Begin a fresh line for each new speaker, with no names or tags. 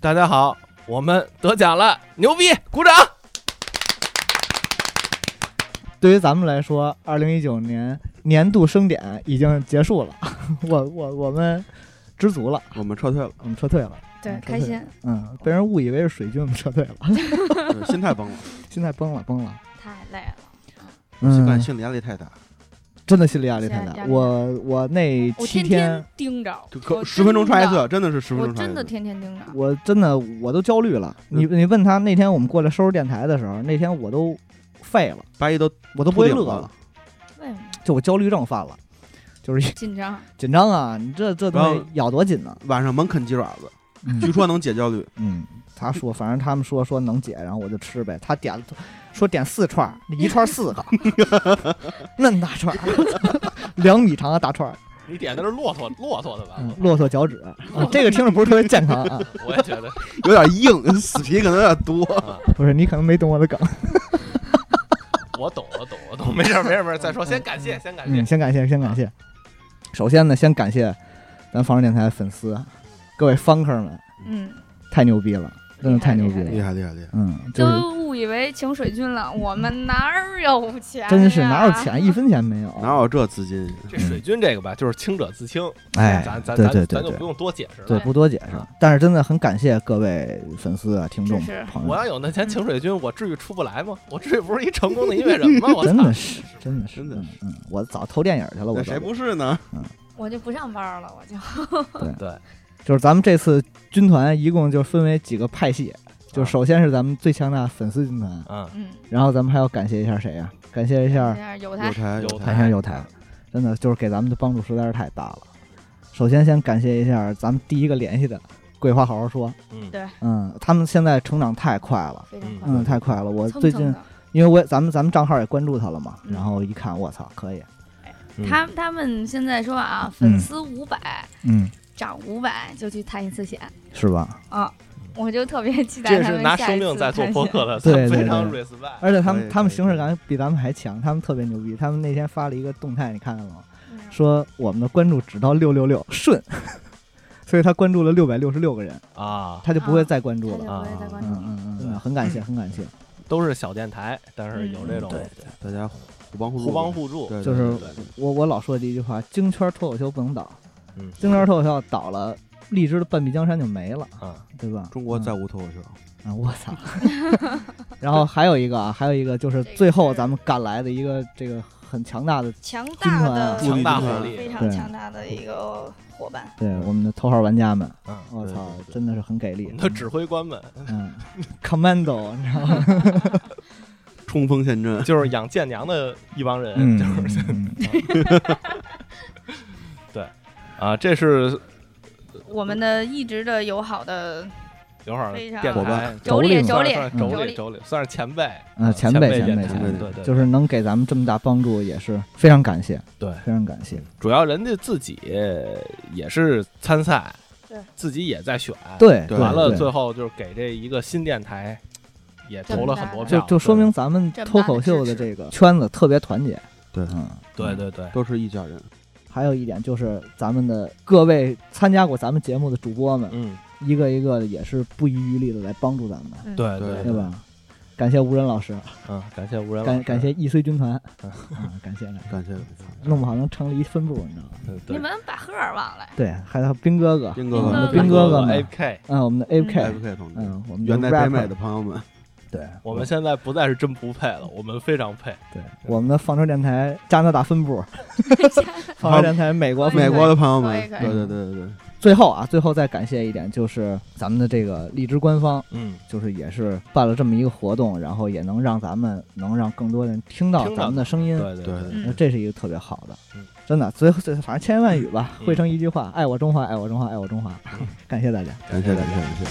大家好，我们得奖了，牛逼，鼓掌！
对于咱们来说，二零一九年年度盛典已经结束了， 我我我们知足了，
我们撤退了，
我们撤退了，
对
嗯，
开心，
嗯，被人误以为是水军，我们撤退了，
对心态 崩了，
心态崩了，崩了。
太累了。
习惯
嗯，
心理压力太大，
真的心理压力太
心理
大
压。力
我我那
我
七
天
天，
盯着
就，可十分钟刷一次，真的是十
我
分钟刷
真的，我真的
一次。
天天盯着。
我真的我都焦虑了。
嗯
你你问他那天我们过来收拾电台的时候，那天我都废了，
八一都
我都不
秃
会
顶
乐
了，
为什么
就我焦虑症犯了，就是一
紧张？
紧张啊！你这这东
然
西
后
咬多紧呢？
晚上猛啃鸡爪子，据
嗯
说能解焦虑。
嗯，他说，反正他们说说能解，然后我就吃呗。他点了，说点四串儿，一串儿四个， 嫩大串儿，两米长的大串儿，
你点的是骆驼，骆驼的吧？
嗯，骆驼 脚趾，啊这个听着不是特别健康啊。
我也觉得，
有点硬， 死皮可能有点多。
不是，你可能没懂我的梗。
我懂，我懂， 我懂，没事儿，没事儿，没事儿，再说，先感谢，先感谢
嗯，，先感谢，先感谢。首先呢，先感谢咱房人电台粉丝，各位 funker 们，
嗯，
太牛逼了，真的太牛逼
厉
了。
害厉害厉害！
嗯，就是
都误以为请水军了，我们哪儿有钱呀？
真是哪有钱，一分钱没有。
哪有这资金？
这水军这个吧，就是清者自清，
哎
咱咱
对
咱
对对
咱就
对
不用多解释了。
对，不多解释，但是真的很感谢各位粉丝啊、听众
支持
朋友
我
们，
要有那钱请水军，我至于出不来吗？我至于不是一成功的音乐人 吗？我
真
操！
的是，真的是，
真的
嗯，嗯我早投电影去了，我
那
都
谁不是呢？
我就不上班了，我就
就是咱们这次军团一共就分为几个派系，就首先是咱们最强大粉丝军团，
嗯，
嗯，
然后咱们还要感谢一下谁呀、感谢一
这
下
样有
有
台
台
有
感
台，
谢有台，真的就是给咱们的帮助实在是太大了。首先先感谢一下咱们第一个联系的桂花好好说，
嗯
对，
嗯，他们现在成长太快了，
非常快，
嗯，太快了。我
蹭
最
蹭
近
的。
因为我也咱们咱们账号也关注他了嘛，
嗯
然后一看，我操，可以，
嗯
他他们现在说啊，
嗯
粉丝五百
嗯，
涨五百就去探一次险
是吧？
啊，我就特别期待
这
他
是
们
拿
下
生
一
命
次
在做
探
播
险
客的，
对对
非常
对
respect。
而且他
可以
们他们
可以
形式感比咱们还强，他们特别牛逼。他们那天发了一个动态，你看了吗？
嗯
说我们的关注只到六六六顺， 所以他关注了六百六十六个人，
啊，
他就不会
啊
再关注
他就
了。
不会再关注
嗯
你。
嗯嗯嗯，很感谢，很感谢。
都是小电台，但是有这种
嗯对
大家互帮互助
互帮互助。
对，对
就是
对对
我我老说的一句话：京圈脱口秀不能倒，
嗯
京圈脱口秀倒了，荔枝的半壁江山就没了，
啊，
对吧？
中国再
嗯
无脱口秀，
啊，我操！ 然后还有一个啊，还有一个就是最后咱们赶来的一个这个很强大的，
强
军
大
团啊
的
强大
对
火
非
力，
常
对
强大的一个伙伴。
对我们的头号玩家们，
嗯，
我操
嗯对对，对
真的是很给
我
力
们。的指挥官们
嗯，Commando，你知道吗？
冲锋陷阵。
就是养舰娘的一帮人，
嗯
就是
嗯，
啊，这是
我们的一直的友好的，
一会儿
非常
电
伙
台
伴
妯娌
算
妯
是
娌
嗯
算是妯娌
妯娌
娌娌，算是前辈
呃前辈
辈
前辈
电台
前辈
对对，
就是是能给咱们这么大帮助，也是非常感谢，
对
非常感谢。
主要人家自己也是参赛
对，
自己也在选，
对，
对
完了
对
最后就是给这一个新电台也投了很多
就
票，
就说明咱们
这么大
脱
的
口秀的
支持
这个圈子特别团结。
对
嗯，
对对对，
都是一家人，
还有一点就是，咱们的各位参加过咱们节目的主播们，
嗯，
一个一个也是不遗余力的来帮助咱们，
嗯，
对
对
对吧？感谢无人老师，
嗯，感谢无人老
感
师
感谢，易碎军团，
嗯
啊，感谢感谢，
感谢
弄不好能成立一分部，你知道吗？
嗯
你
对，
们把赫尔忘了，
对，还有兵哥哥，
斌哥
我们
哥
的、斌哥哥们
A K，
嗯，我们的 AK，
FK 同志，
嗯，我们的
远在北
rapper，
美的朋友们，
对，
我们现在不再是真不配了，我们非常配，
对我们的放车电台加拿大分 部，放车电台美国分
美
部。
国的朋友
嗯可
们，
以可
对
以
对对对对，
最后啊，最后再感谢一点，就是咱们的这个荔枝官方。
嗯，
就是也是办了这么一个活动，然后也能让咱们能让更多人听到
听到
咱们的声音，
对对
对
对，
嗯
那这是一个特别好的
嗯，
真的。最后最反正千言万语吧，
嗯
汇成一句话：爱我中华， 爱我中华，爱我中华。感谢大家。
感谢感谢感谢。